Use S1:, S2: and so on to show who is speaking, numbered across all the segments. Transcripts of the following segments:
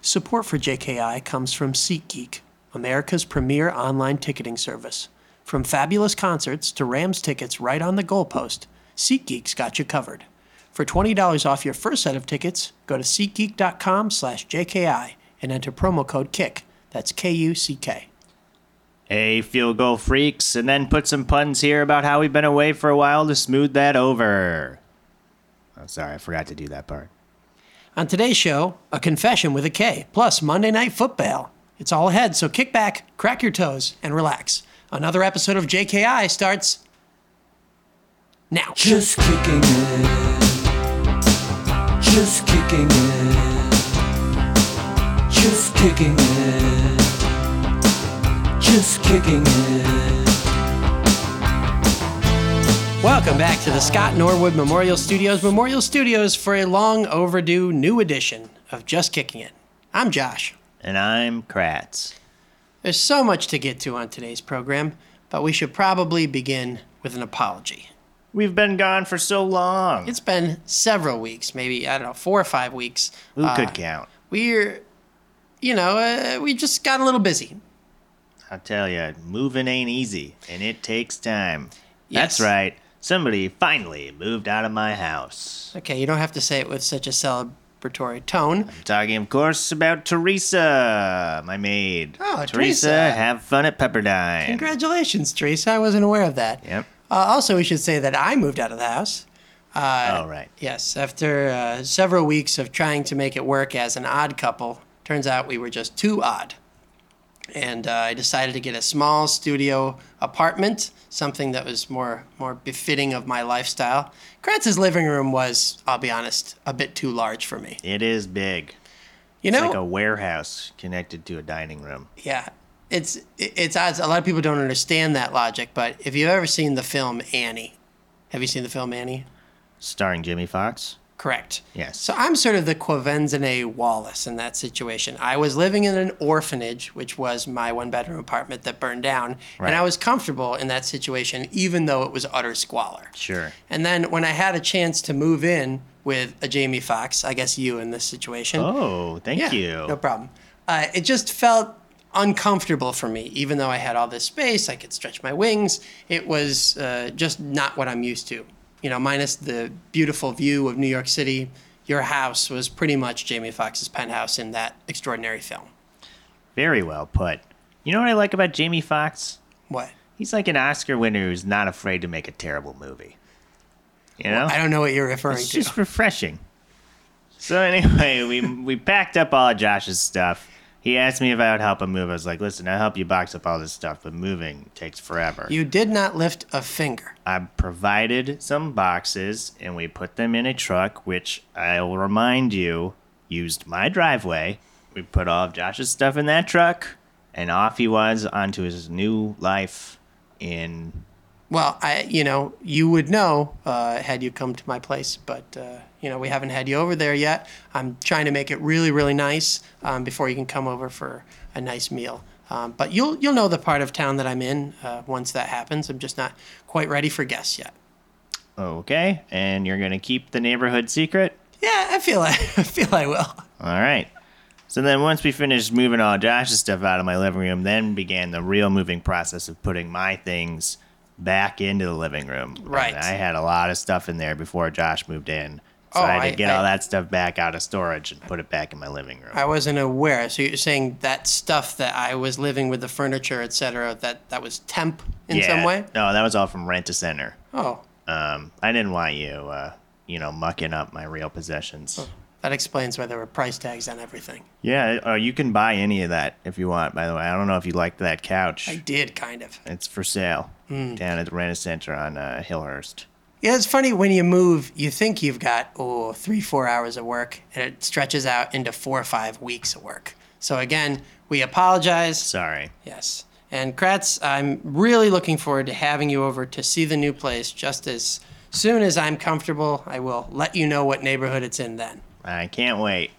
S1: Support for JKI comes from SeatGeek, America's premier online ticketing service. From fabulous concerts to Rams tickets right on the goalpost, SeatGeek's got you covered. For $20 off your first set of tickets, go to SeatGeek.com slash JKI and enter promo code KICK. That's K-U-C-K.
S2: Hey, field goal freaks, and then put some puns here about how we've been away for a while to smooth that over. Oh, sorry, I forgot to do that part.
S1: On today's show, a confession with a K, plus Monday Night Football. It's all ahead, so kick back, crack your toes, and relax. Another episode of JKI starts now.
S3: Just kicking it. Just kicking it. Just kicking it. Just kicking it.
S1: Welcome back to the Scott Norwood Memorial Studios. Memorial Studios for a long overdue new edition of Just Kicking It. I'm Josh.
S2: And I'm Kratz.
S1: There's so much to get to on today's program, but we should probably begin with an apology.
S2: We've been gone for so long.
S1: It's been several weeks, maybe, I don't know, four or five weeks. Uh,
S2: Who could count?
S1: We're, you know, uh, we just got a little busy.
S2: I tell ya, moving ain't easy, and it takes time.
S1: Yes.
S2: That's right. Somebody finally moved out of my house.
S1: Okay, you don't have to say it with such a celebratory tone.
S2: I'm talking, of course, about Teresa, my maid.
S1: Oh,
S2: Teresa,
S1: Teresa.
S2: have fun at Pepperdine.
S1: Congratulations, Teresa. I wasn't aware of that.
S2: Yep.
S1: Uh, also, we should say that I moved out of the house. Uh,
S2: oh, right.
S1: Yes, after uh, several weeks of trying to make it work as an odd couple, turns out we were just too odd. And uh, I decided to get a small studio apartment, something that was more more befitting of my lifestyle. Kratz's living room was, I'll be honest, a bit too large for me.
S2: It is big.
S1: You
S2: It's
S1: know,
S2: like a warehouse connected to a dining room.
S1: Yeah, it's it's odd. A lot of people don't understand that logic. But if you've ever seen the film Annie, have you seen the film Annie?
S2: Starring Jimmy Fox.
S1: Correct.
S2: Yes.
S1: So I'm sort of the Quavenzane Wallace in that situation. I was living in an orphanage, which was my one bedroom apartment that burned down,
S2: Right.
S1: and I was comfortable in that situation, even though it was utter squalor.
S2: Sure.
S1: And then when I had a chance to move in with a Jamie Foxx, I guess you in this situation.
S2: Oh, thank
S1: Yeah,
S2: you.
S1: No problem. Uh, it just felt uncomfortable for me, even though I had all this space, I could stretch my wings. It was uh, just not what I'm used to. You know, minus the beautiful view of New York City, your house was pretty much Jamie Foxx's penthouse in that extraordinary film.
S2: Very well put. You know what I like about Jamie Fox?
S1: What?
S2: He's like an Oscar winner who's not afraid to make a terrible movie. You know?
S1: I don't know what you're referring
S2: Uh, it's
S1: to.
S2: just refreshing. So anyway, we we packed up all of Josh's stuff. He asked me if I would help him move. I was like, "Listen, I'll help you box up all this stuff, but moving takes forever."
S1: You did not lift a finger.
S2: I provided some boxes and we put them in a truck, which I will remind you used my driveway. We put all of Josh's stuff in that truck, and off he was onto his new life in.
S1: Well, I, you know, you would know uh, had you come to my place, but uh, you know, we haven't had you over there yet. I'm trying to make it really, really nice um, before you can come over for a nice meal. Um, but you'll you'll know the part of town that I'm in uh, once that happens. I'm just not quite ready for guests yet.
S2: Okay, and you're gonna keep the neighborhood secret?
S1: Yeah, I feel I, I feel I will.
S2: All right. So then, once we finished moving all Josh's stuff out of my living room, then began the real moving process of putting my things back into the living room.
S1: Right.
S2: And I had a lot of stuff in there before Josh moved in. So
S1: Oh,
S2: I had
S1: I-
S2: to get all
S1: I- Uh,
S2: that stuff back out of storage and put it back in my living room.
S1: I wasn't aware. So you're saying that stuff that I was living with the furniture, etc. That that was temp in some way.
S2: No, that was all from rent to center.
S1: Oh,
S2: Um, I didn't want you, uh, you know, mucking up my real possessions.
S1: that explains why there were price tags on everything.
S2: Yeah, uh, you can buy any of that if you want. By the way, I don't know if you liked that couch.
S1: I did kind of.
S2: It's for sale
S1: Hmm.
S2: down at the Rent Center on uh, Hillhurst.
S1: Yeah, it's funny when you move, you think you've got, oh, three, four hours of work, and it stretches out into four or five weeks of work. So, again, we apologize.
S2: Sorry.
S1: Yes. And Kratz, I'm really looking forward to having you over to see the new place just as soon as I'm comfortable. I will let you know what neighborhood it's in then.
S2: I can't wait.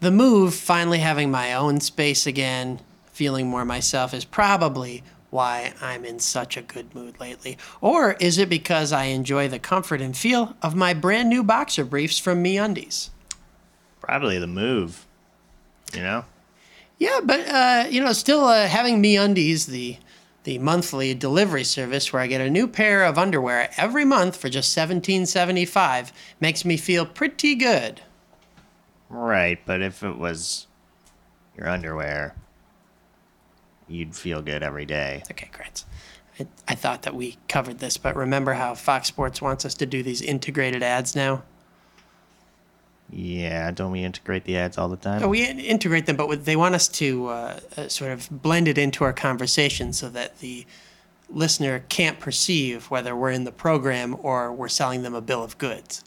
S1: The move, finally having my own space again, feeling more myself, is probably why I'm in such a good mood lately. Or is it because I enjoy the comfort and feel of my brand new boxer briefs from MeUndies?
S2: Probably the move. You know?
S1: Yeah, but uh, you know, still uh, having MeUndies, the the monthly delivery service where I get a new pair of underwear every month for just seventeen seventy five, makes me feel pretty good.
S2: Right, but if it was your underwear, you'd feel good every day.
S1: Okay, great. I, I thought that we covered this, but remember how Fox Sports wants us to do these integrated ads now?
S2: Yeah, don't we integrate the ads all the time?
S1: No, Oh, we in- integrate them, but with, they want us to uh, uh, sort of blend it into our conversation so that the listener can't perceive whether we're in the program or we're selling them a bill of goods.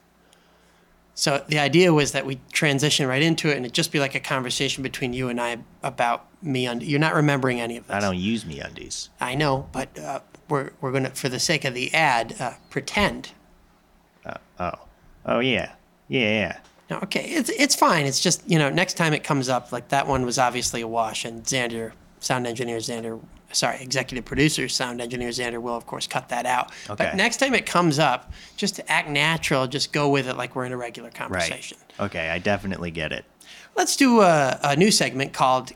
S1: So the idea was that we transition right into it, and it just be like a conversation between you and I about me. Und- You're not remembering any of this.
S2: I don't use me undies.
S1: I know, but uh, we're we're gonna, for the sake of the ad, uh, pretend.
S2: Oh yeah, yeah, yeah.
S1: No, okay, it's it's fine. It's just you know, next time it comes up, like that one was obviously a wash, and Xander, sound engineer Xander, sorry, executive producer, sound engineer Xander will of course cut that out. But
S2: Okay.
S1: next time it comes up, just to act natural, just go with it like we're in a regular
S2: Right.
S1: conversation.
S2: Okay, I definitely get it.
S1: Let's do a, a new segment called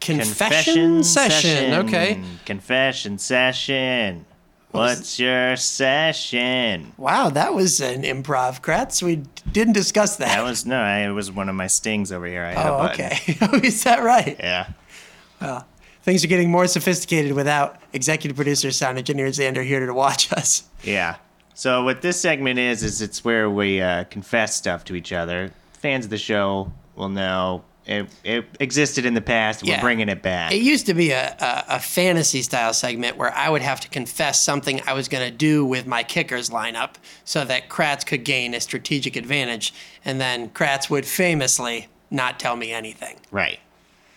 S1: Confession, session. Okay.
S2: Confession session. What's your session?
S1: Wow, that was an improv, Kratz. We didn't discuss that.
S2: That was no, I, it was one of my stings over here. I had a
S1: oh,
S2: button.
S1: okay. Oh, Is that right?
S2: Yeah.
S1: Things are getting more sophisticated without executive producer, sound engineer Xander here to watch us.
S2: Yeah. So what this segment is is it's where we uh, confess stuff to each other. Fans of the show will know it, it existed in the past.
S1: Yeah.
S2: We're bringing it back.
S1: It used to be a, a, a fantasy style segment where I would have to confess something I was going to do with my kickers lineup so that Kratz could gain a strategic advantage. And then Kratz would famously not tell me anything.
S2: Right.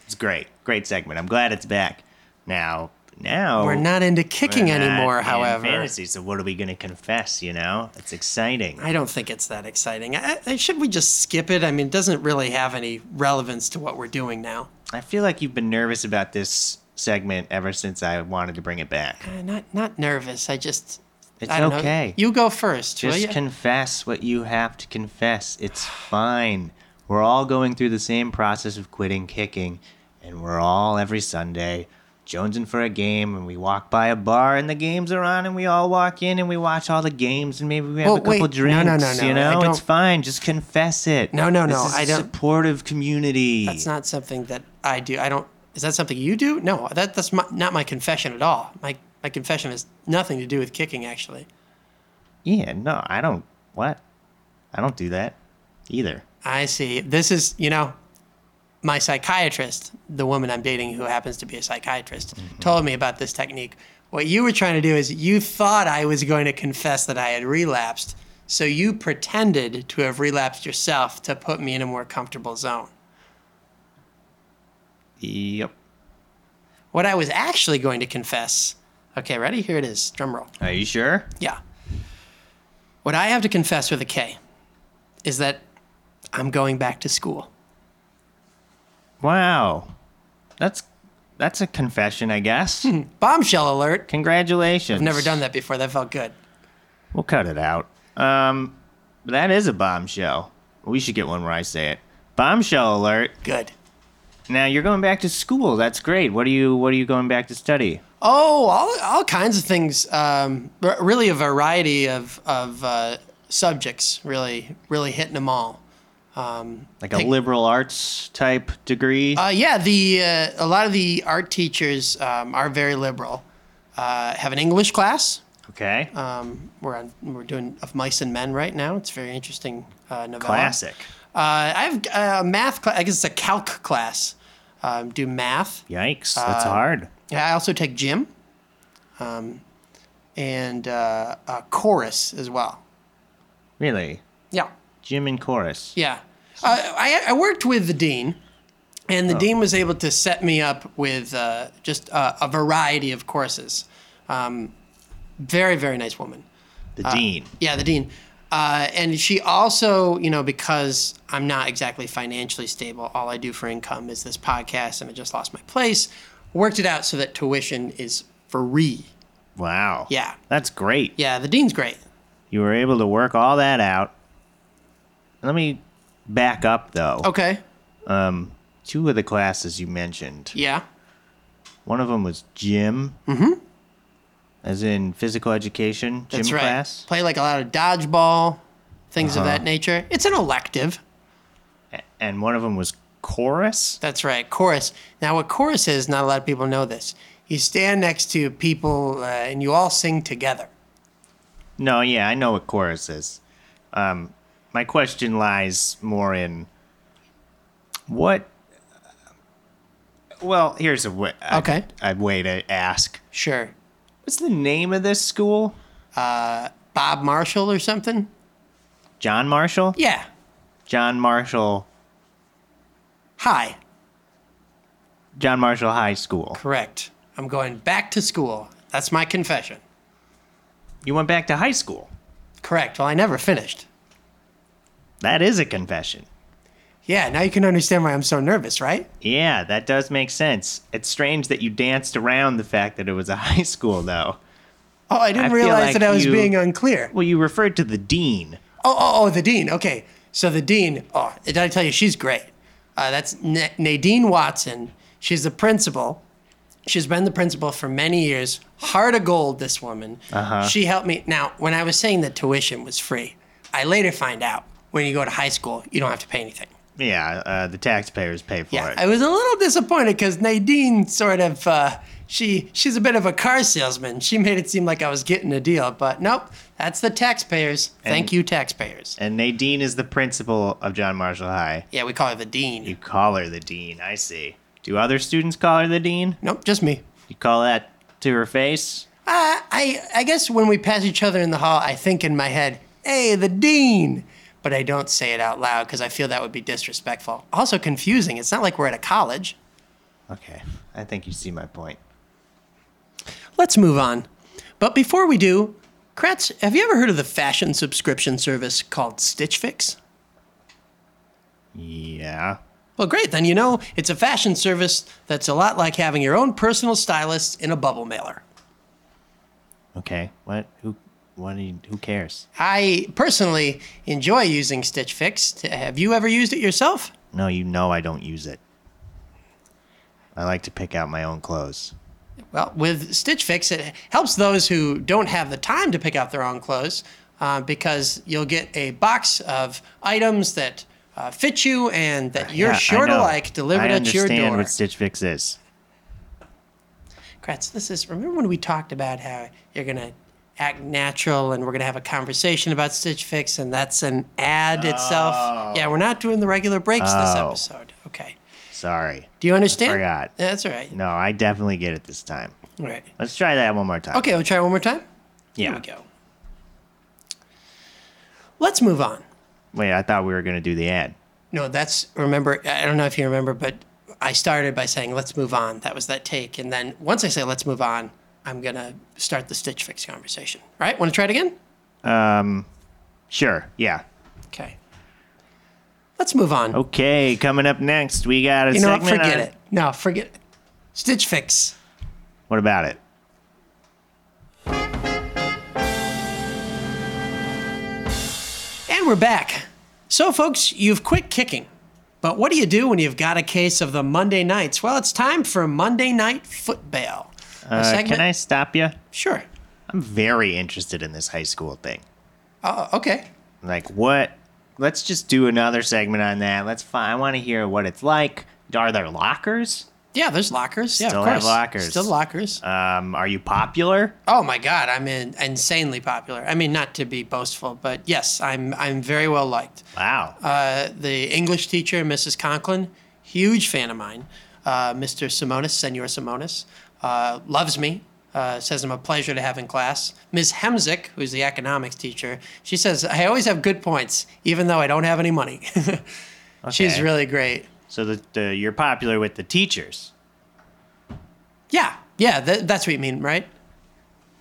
S2: It's great. Great segment. I'm glad it's back. Now, now
S1: We're not into kicking
S2: Oh, we're not
S1: anymore,
S2: in
S1: however.
S2: fantasy. So what are we going to confess? You know, it's exciting.
S1: I don't think it's that exciting. I, I, should we just skip it? I mean, it doesn't really have any relevance to what we're doing now.
S2: I feel like you've been nervous about this segment ever since I wanted to bring it back.
S1: Uh, not not nervous. I just.
S2: It's
S1: I don't know.
S2: okay.
S1: You go first. will
S2: Just
S1: you?
S2: confess what you have to confess. It's fine. We're all going through the same process of quitting kicking, and we're all every Sunday jonesing for a game, and we walk by a bar, and the games are on, and we all walk in, and we watch all the games, and maybe we have
S1: Well,
S2: a couple
S1: wait. No,
S2: drinks.
S1: no, no, no. I
S2: You know,
S1: don't-
S2: it's fine. Just confess it.
S1: No, no, no,
S2: This is
S1: I
S2: a
S1: don't-
S2: Supportive community.
S1: That's not something that I do. I don't. Is that something you do? No, that that's my, not my confession at all. My my confession has nothing to do with kicking. Actually,
S2: Yeah. No, I don't. What? I don't do that either.
S1: I see. This is you know, my psychiatrist, the woman I'm dating, who happens to be a psychiatrist,
S2: Mm-hmm.
S1: told me about this technique. What you were trying to do is you thought I was going to confess that I had relapsed, so you pretended to have relapsed yourself to put me in a more comfortable zone.
S2: Yep.
S1: What I was actually going to confess. Okay, ready? Here it is. Drum roll.
S2: Are you sure?
S1: Yeah. What I have to confess with a K is that I'm going back to school.
S2: Wow. That's that's a confession, I guess.
S1: Bombshell alert.
S2: Congratulations.
S1: Hmm. I've never done that before. That felt good.
S2: We'll cut it out. Um that is a bombshell. We should get one where I say it. Bombshell alert.
S1: Good.
S2: Now you're going back to school. That's great. What are you what are you going back to study?
S1: Oh, all, all kinds of things. Um, r- really, a variety of, of uh, subjects, really, really hitting them all.
S2: Like a
S1: Think-
S2: liberal arts type degree?
S1: Uh, yeah, the uh, a lot of the art teachers um, are very liberal. Uh, have an English class.
S2: okay.
S1: Um, we're on, we're doing of mice and men right now. It's a very interesting uh, novella.
S2: Classic.
S1: Uh, I have uh, a math class. I guess it's a calc class. Um, do math.
S2: Yikes. that's
S1: uh,
S2: hard.
S1: Yeah, I also take gym, um, and uh, uh, chorus as well.
S2: Really.
S1: Yeah,
S2: Gym and chorus.
S1: yeah. Uh, I, I worked with the dean, and the dean was able to set me up with uh, just uh, a variety of courses. Um, very very nice woman. uh,
S2: The dean.
S1: Yeah, the dean. Uh, and she also, you know, because I'm not exactly financially stable, all I do for income is this podcast, and I just lost my place. Worked it out so that tuition is free.
S2: Wow.
S1: Yeah.
S2: That's great.
S1: Yeah, the dean's great.
S2: You were able to work all that out. Let me back up though.
S1: Okay.
S2: two of the classes you mentioned.
S1: Yeah.
S2: One of them was gym. Mm-hmm. As in physical education, gym
S1: That's right.
S2: class. Uh-huh.
S1: Play like a lot of dodgeball, things of that nature. It's an elective.
S2: A- And one of them was chorus.
S1: That's right, chorus. Now, what chorus is, not a lot of people know this. You stand next to people uh, and you all sing together.
S2: No, yeah, I know what chorus is. Um, my question lies more in what. Well, here's a way.
S1: Okay.
S2: A way to ask.
S1: Sure.
S2: What's the name of this school?
S1: Bob Marshall or something?
S2: John Marshall.
S1: Yeah.
S2: John Marshall.
S1: Hi.
S2: John Marshall High School.
S1: Correct. I'm going back to school. That's my confession.
S2: You went back to high school.
S1: Correct. Well, I never finished.
S2: That is a confession.
S1: Yeah, now you can understand why I'm so nervous, right?
S2: Yeah, that does make sense. It's strange that you danced around the fact that it was a high school, though.
S1: Oh, I didn't
S2: I feel
S1: realize
S2: like
S1: that I was
S2: you-
S1: being unclear.
S2: Well, you referred to the dean.
S1: Oh, oh, oh, the dean. Okay, so the dean. Oh, did I tell you she's great? Uh, that's Na- Nadine Watson. She's the principal. She's been the principal for many years. Heart of gold, this woman. Uh-huh. She helped me. Now, when I was saying that tuition was free, I later find out when you go to high school, you don't have to pay anything.
S2: Yeah, uh, the taxpayers pay for
S1: Yeah,
S2: it.
S1: I was a little disappointed because Nadine sort of uh, she she's a bit of a car salesman. She made it seem like I was getting a deal, but nope. That's the taxpayers. Thank
S2: And-
S1: you, taxpayers.
S2: and Nadine is the principal of John Marshall High.
S1: Yeah, we call her the dean.
S2: You call her the dean, I see. Do other students call her the dean?
S1: Nope, just me.
S2: You call that to her face?
S1: Uh, I I guess when we pass each other in the hall, I think in my head, "Hey, the dean," but I don't say it out loud because I feel that would be disrespectful. Also confusing. It's not like we're at a college.
S2: Okay, I think you see my point.
S1: Let's move on. But before we do, Kratz, have you ever heard of the fashion subscription service called Stitch Fix?
S2: Yeah.
S1: Well, great. Then you know it's a fashion service that's a lot like having your own personal stylist in a bubble mailer.
S2: Okay. What? Who? What? do you- Who cares?
S1: I personally enjoy using Stitch Fix. T- Have you ever used it yourself?
S2: No, you know I don't use it. I like to pick out my own clothes.
S1: Well, with Stitch Fix, it helps those who don't have the time to pick out their own clothes uh, because you'll get a box of items that uh, fit you and that you're
S2: Uh, Yeah, I
S1: sure to
S2: know.
S1: like delivered
S2: I
S1: at your
S2: understand
S1: door.
S2: what Stitch Fix is.
S1: Kratz, this is. Remember when we talked about how you're gonna act natural and we're gonna have a conversation about Stitch Fix and that's an ad itself. Yeah, we're not doing the regular breaks this
S2: Oh.
S1: episode. Okay.
S2: Sorry.
S1: Do you understand?
S2: forgot.
S1: Yeah, That's all right.
S2: No, I definitely get it this time.
S1: All right.
S2: Let's try that one more time.
S1: Okay, we'll try one more time.
S2: Yeah.
S1: Here we go. Let's move on.
S2: Wait, I thought we were gonna do the ad.
S1: No, that's remember. I don't know if you remember, but I started by saying let's move on. That was that take, and then once I say let's move on, I'm gonna start the Stitch Fix conversation. All right? Want to try it again?
S2: Sure. Yeah.
S1: Okay. Let's move on.
S2: Okay. Coming up next, we got a
S1: you know what?
S2: segment.
S1: Forget
S2: on-
S1: it. No, forget it. Stitch Fix.
S2: What about it?
S1: And we're back. So, folks, you've quit kicking. But what do you do when you've got a case of the Monday nights? Well, it's time for Monday Night Football. A
S2: Uh,
S1: segment-
S2: can I stop you?
S1: Sure.
S2: I'm very interested in this high school thing.
S1: Uh, okay.
S2: Like what? Let's just do another segment on that. Let's find. I want to hear what it's like. Are there lockers?
S1: Yeah, there's lockers. Yeah,
S2: Still
S1: of
S2: have
S1: course.
S2: lockers.
S1: Still lockers.
S2: Um, are you popular?
S1: oh my God, I'm in, insanely popular. I mean, not to be boastful, but yes, I'm I'm very well liked.
S2: Wow.
S1: uh, the English teacher, Mrs. Conklin, huge fan of mine. Uh, Mr. Simonis, Senor Simonis, uh, loves me. Uh, says I'm a pleasure to have in class. Ms. Hemzik, who's the economics teacher, she says I always have good points, even though I don't have any money. She's
S2: Okay.
S1: really great.
S2: so the, the, you're popular with the teachers.
S1: Yeah, yeah, tha- that's what you mean, right?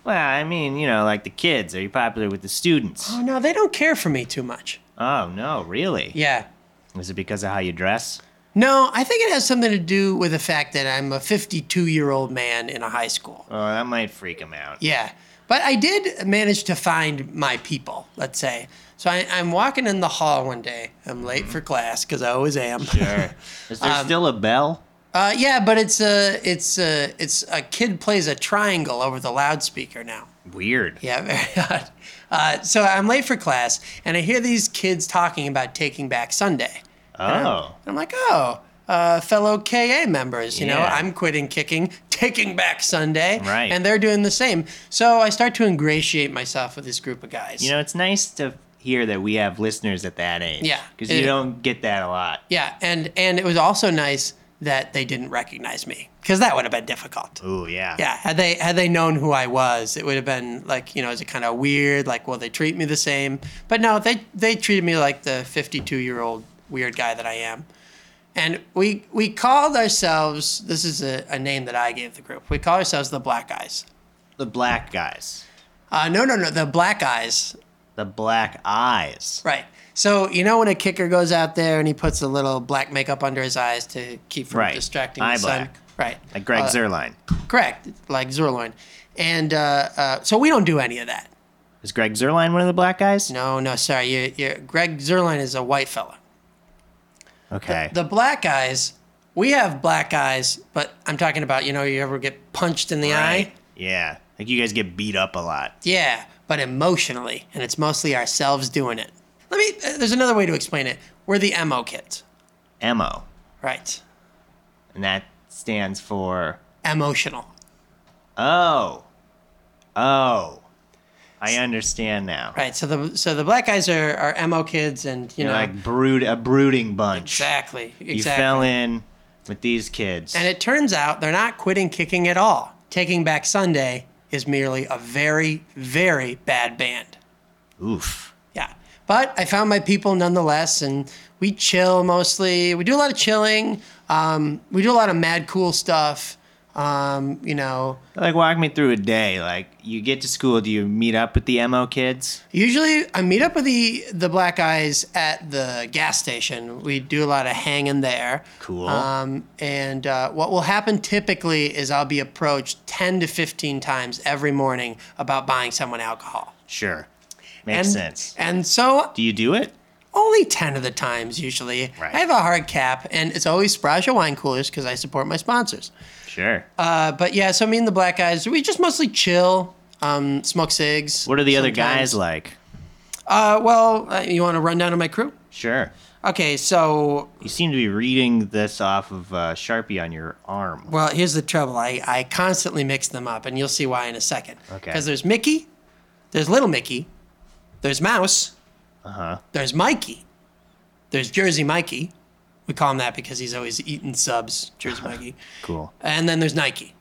S2: Well, I mean, you know, like the kids. Are you popular with the students?
S1: Oh no, they don't care for me too much.
S2: Oh no, really?
S1: Yeah,
S2: Is it because of how you dress?
S1: no, I think it has something to do with the fact that I'm a 52 year old man in a high school.
S2: Oh, that might freak them out.
S1: Yeah. But I did manage to find my people, let's say. So I, I'm walking in the hall one day. I'm late for class because I always am.
S2: Sure. Is there
S1: um,
S2: still a bell?
S1: Uh, yeah, but it's a it's a it's a kid plays a triangle over the loudspeaker now.
S2: Weird.
S1: Yeah, very odd. Uh, so I'm late for class, and I hear these kids talking about taking back Sunday. And I'm,
S2: Oh.
S1: I'm like, oh, uh, fellow KA members, you know,
S2: Yeah.
S1: I'm quitting kicking, taking back Sunday,
S2: Right.
S1: And they're doing the same. So I start to ingratiate myself with this group of guys.
S2: You know, it's nice to hear that we have listeners at that age.
S1: Yeah.
S2: Because
S1: It-
S2: you don't get that a lot.
S1: yeah, and and it was also nice that they didn't recognize me because that would have been difficult.
S2: Ooh, yeah.
S1: Yeah, had they had they known who I was, it would have been like you know, is it kind of weird? Like, will they treat me the same? But no, they they treated me like the fifty-two year old weird guy that I am. And we we called ourselves. This is a, a name that I gave the group. We call ourselves the Black Eyes.
S2: The black guys.
S1: Uh, no, no, no, the Black Eyes.
S2: The black eyes.
S1: Right. So you know when a kicker goes out there and he puts a little black makeup under his eyes to keep from
S2: Right.
S1: distracting
S2: Eye
S1: the sun.
S2: black.
S1: Right.
S2: Like Greg
S1: Uh,
S2: Zerline.
S1: Correct. Like Zerloin. And uh, uh, so we don't do any of that.
S2: Is Greg Zerline one of the black guys?
S1: No, no, sorry. You, you, Greg Zerline is a white fella.
S2: Okay.
S1: The black eyes, we have black eyes, but I'm talking about, you know, you ever get punched in the eye?
S2: Right. Yeah. Like you guys get beat up a lot.
S1: Yeah, but emotionally, and it's mostly ourselves doing it. Let me, uh, there's another way to explain it. We're the MO kids,
S2: Emo.
S1: right?
S2: And that stands for
S1: Emotional.
S2: Oh. Oh. I understand now.
S1: Right, so the so the black eyes are, are MO kids and you
S2: You're
S1: know
S2: like brood a brooding bunch.
S1: exactly exactly
S2: You fell in with these kids.
S1: And it turns out they're not quitting kicking at all. Taking Back Sunday is merely a very, very bad band.
S2: Oof.
S1: Yeah. But I found my people nonetheless, and we chill mostly. We do a lot of chilling. Um, we do a lot of mad cool stuff. Um, you know,
S2: Like walk me through a day. Like you get to school, do you meet up with the MO kids?
S1: usually I meet up with the the black eyes at the gas station. We do a lot of hanging there.
S2: Cool.
S1: Um, and uh, what will happen typically is I'll be approached ten to fifteen times every morning about buying someone alcohol.
S2: Sure.
S1: and,
S2: Makes sense.
S1: And so
S2: Do you do it?
S1: only 10 of the times usually.
S2: Right.
S1: I have a hard cap, and it's always Sparaja wine coolers because I support my sponsors.
S2: Sure.
S1: Uh, but yeah, so me and the black guys, we just mostly chill, um, smoke cigs.
S2: what are the other
S1: sometimes.
S2: guys like?
S1: Uh, well, uh, you want to run down to my crew?
S2: Sure.
S1: Okay, so
S2: You seem to be reading this off of uh, Sharpie on your arm.
S1: well, here's the trouble. I, I constantly mix them up, and you'll see why in a second.
S2: Okay.
S1: Because there's Mickey, there's little Mickey, there's Mouse,
S2: Uh huh.
S1: There's Mikey. There's Jersey Mikey. We call him that because he's always eating subs, Jersey Mikey.
S2: Cool.
S1: And then there's Nike.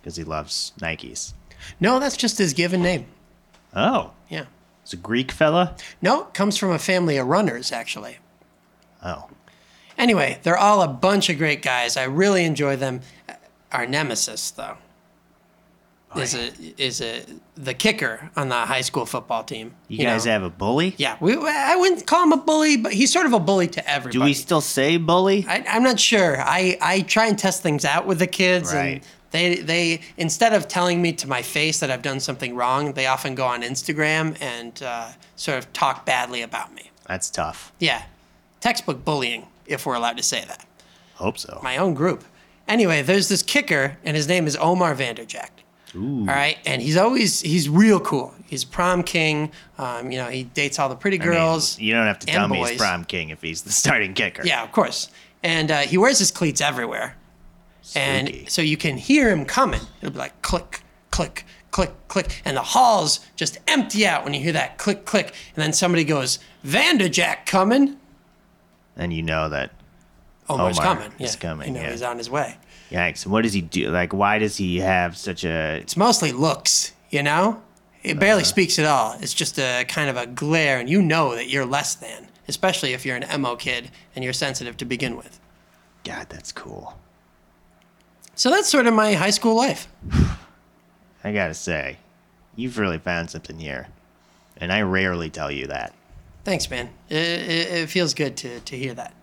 S2: Because he loves Nikes.
S1: No, that's just his given name.
S2: Oh,
S1: Yeah.
S2: it's a Greek fella.
S1: No, it comes from a family of runners, actually.
S2: Oh,
S1: Anyway, they're all a bunch of great guys. I really enjoy them. Our nemesis, though,
S2: Oh,
S1: is a is a the kicker on the high school football team.
S2: you, guys
S1: know?
S2: have a bully?
S1: Yeah, we, I wouldn't call him a bully, but he's sort of a bully to everybody.
S2: Do we still say bully?
S1: I, I'm not sure. I, I try and test things out with the kids, and
S2: Right.
S1: they they instead of telling me to my face that I've done something wrong, they often go on Instagram and uh, sort of talk badly about me.
S2: That's tough.
S1: Yeah, textbook bullying, if we're allowed to say that.
S2: Hope so.
S1: My own group. Anyway, there's this kicker, and his name is Omar Vanderjack. Ooh. All right, and he's always he's real cool. He's prom king. Um, you know, he dates all the pretty
S2: I mean,
S1: girls.
S2: you don't have to
S1: and
S2: tell me
S1: boys.
S2: he's prom king if he's the starting kicker.
S1: Yeah, of course. And uh, he wears his cleats everywhere.
S2: Spooky.
S1: And so you can hear him coming. It'll be like click, click, click, click. And the halls just empty out when you hear that click, click. And then somebody goes, Vanderjack coming.
S2: And you know that.
S1: Omar's
S2: Omar
S1: coming.
S2: is coming,
S1: You know,
S2: yeah.
S1: he's on his way.
S2: Yikes. What does he do? Like, why does he have such a.
S1: It's mostly looks, you know? It
S2: Uh-huh.
S1: barely speaks at all. It's just a kind of a glare, and you know that you're less than, especially if you're an emo kid and you're sensitive to begin with.
S2: God, that's cool.
S1: So that's sort of my high school life.
S2: I gotta say, you've really found something here. And I rarely tell you that.
S1: Thanks, man. It, it, it feels good to, to hear that.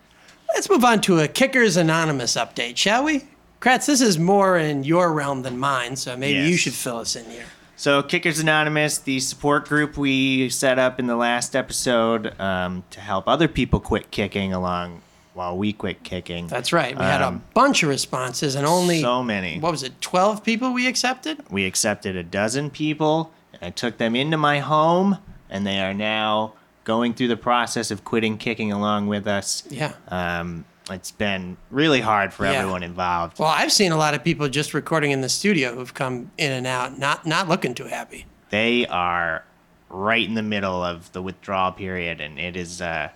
S1: Let's move on to a Kickers Anonymous update, shall we? Kratz, this is more in your realm than mine, so maybe you
S2: Yes.
S1: should fill us in here.
S2: So, Kickers Anonymous, the support group we set up in the last episode um, to help other people quit kicking along while we quit kicking.
S1: That's right. We had a bunch of responses and only
S2: Um, so many.
S1: What was it? Twelve people we accepted.
S2: We accepted a dozen people, and I took them into my home, and they are now going through the process of quitting kicking along with us.
S1: Yeah.
S2: Um, it's been really hard for
S1: Yeah.
S2: everyone involved.
S1: Well, I've seen a lot of people just recording in the studio who've come in and out, not not looking too happy.
S2: They are right in the middle of the withdrawal period, and it is uh,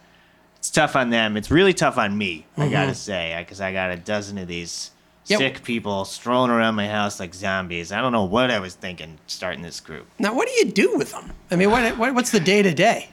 S2: it's tough on them. It's really tough on me, I gotta say, because I got a dozen of these
S1: Yeah.
S2: sick people strolling around my house like zombies. I don't know what I was thinking starting this group.
S1: Now, what do you do with them? I mean, what, what what's the day to day?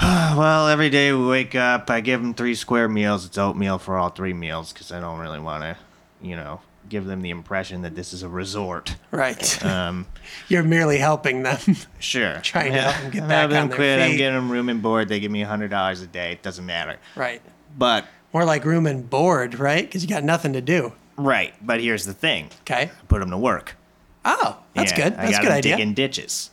S2: Well, every day we wake up, I give them three square meals. It's oatmeal for all three meals because I don't really want to, you know, give them the impression that this is a resort.
S1: Right.
S2: Um,
S1: You're merely helping them.
S2: sure.
S1: Trying to help 'em get
S2: I'm
S1: back
S2: helping
S1: on
S2: them
S1: their
S2: quit. I'm
S1: feet.
S2: getting them room and board. They give me $100 a day. It doesn't matter.
S1: right.
S2: But,
S1: More like room and board, right? Because you got nothing to do.
S2: right. But here's the thing
S1: Okay.
S2: I put them to work.
S1: Oh, that's
S2: Yeah,
S1: good.
S2: I
S1: That's a
S2: got
S1: good
S2: 'em
S1: idea.
S2: Digging ditches.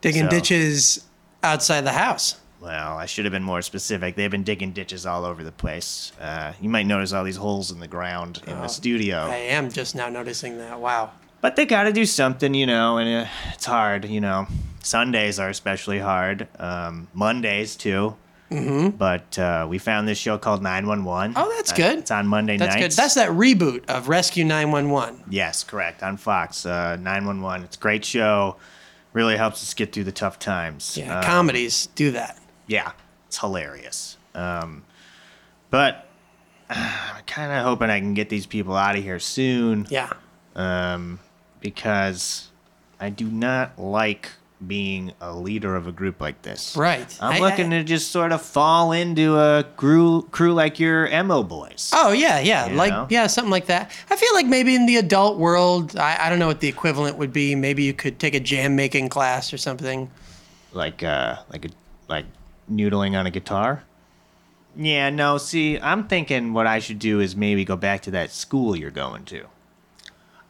S1: Digging
S2: so-
S1: ditches outside the house.
S2: Well, I should have been more specific. They've been digging ditches all over the place. Uh, you might notice all these holes in the ground in the studio.
S1: Oh. I am just now noticing that. Wow.
S2: but they got to do something, you know, and uh, it's hard, you know. Sundays are especially hard. Um, Mondays too. Mm-hmm. But uh, we found this show called 911.
S1: Oh, that's
S2: Uh,
S1: good.
S2: It's on Monday
S1: That's good.
S2: nights.
S1: That's that reboot of Rescue 911.
S2: yes, correct on Fox uh, 911. It's a great show. Really helps us get through the tough times.
S1: Yeah,
S2: Um,
S1: comedies do that.
S2: yeah, it's hilarious. Um, but uh, I'm kind of hoping I can get these people out of here soon.
S1: Yeah.
S2: um, because I do not like being a leader of a group like this.
S1: Right.
S2: I'm
S1: I-
S2: looking
S1: I-
S2: to just sort of fall into a crew, crew like your Emo boys.
S1: Oh yeah, yeah,
S2: You
S1: like
S2: know?
S1: yeah, something like that. I feel like maybe in the adult world, I, I don't know what the equivalent would be. Maybe you could take a jam making class or something.
S2: Like uh, like a, like noodling on a guitar. Yeah, no. See, I'm thinking what I should do is maybe go back to that school you're going to.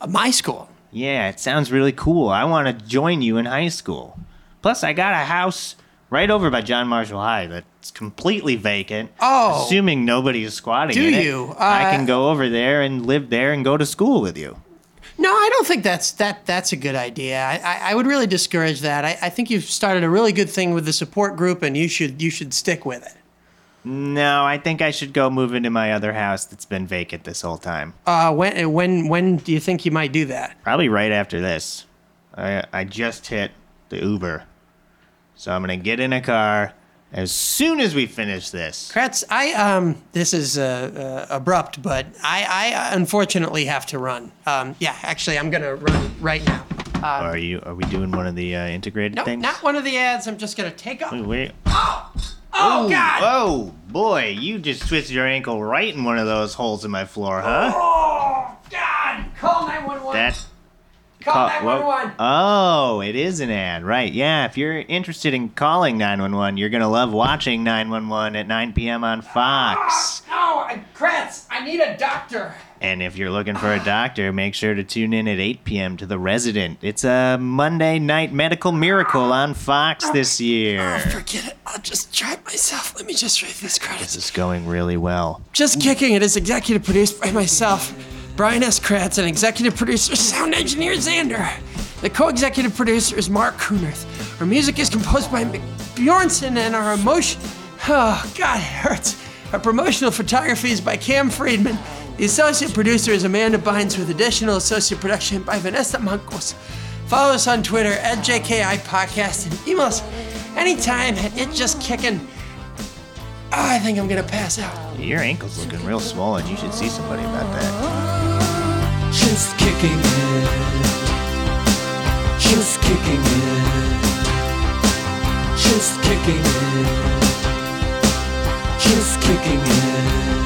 S1: Uh, My school.
S2: Yeah, it sounds really cool. I want to join you in high school. Plus, I got a house right over by John Marshall High that's completely vacant.
S1: Oh.
S2: Assuming nobody is squatting
S1: Do
S2: in it.
S1: you?
S2: I
S1: Uh,
S2: can go over there and live there and go to school with you.
S1: No, I don't think that's that. That's a good idea. I, I, I would really discourage that. I, I think you've started a really good thing with the support group, and you should you should stick with it.
S2: No, I think I should go move into my other house that's been vacant this whole time.
S1: Uh, when when when do you think you might do that?
S2: Probably right after this. I I just hit the Uber. So I'm going to get in a car as soon as we finish this.
S1: Kratz, I um, this is uh, uh, abrupt, but I, I unfortunately have to run. Um, yeah, actually, I'm gonna run right now.
S2: are you are we doing one of the uh, integrated
S1: No,
S2: things?
S1: Uh, not one of the ads. I'm just gonna take off.
S2: Wait, wait.
S1: Oh God!
S2: Oh boy, you just twisted your ankle right in one of those holes in my floor, huh?
S1: Oh God! Call 911.
S2: That.
S1: Call
S2: oh, whoa.
S1: 911.
S2: Oh, it is an ad, right? Yeah. If you're interested in calling 911, you're gonna love watching 911 at 9 p.m. on Fox.
S1: No, I, Kratz, I need a doctor.
S2: And if you're looking for a doctor, make sure to tune in at 8 p.m. to The Resident. It's a Monday night medical miracle on Fox this year.
S1: Forget it. I'll just try it myself. Let me just read these credits.
S2: This is going really well.
S1: Just Kicking It is executive produced by myself, Brian S. Kratz, and executive producer, sound engineer Xander. The co executive producer is Mark Kunerth. Our music is composed by Mick Bjornson, and our emotion. Oh, God, it hurts. Our promotional photography is by Cam Friedman. The associate producer is Amanda Bynes, with additional associate production by Vanessa Munkles. Follow us on Twitter at JKI Podcast and email us anytime at itjustkicking. Ah, I think I'm going to pass out.
S2: Your ankle's looking real swollen. You should see somebody about that.
S3: just kicking it. Just kicking it. Just kicking it. Just kicking it.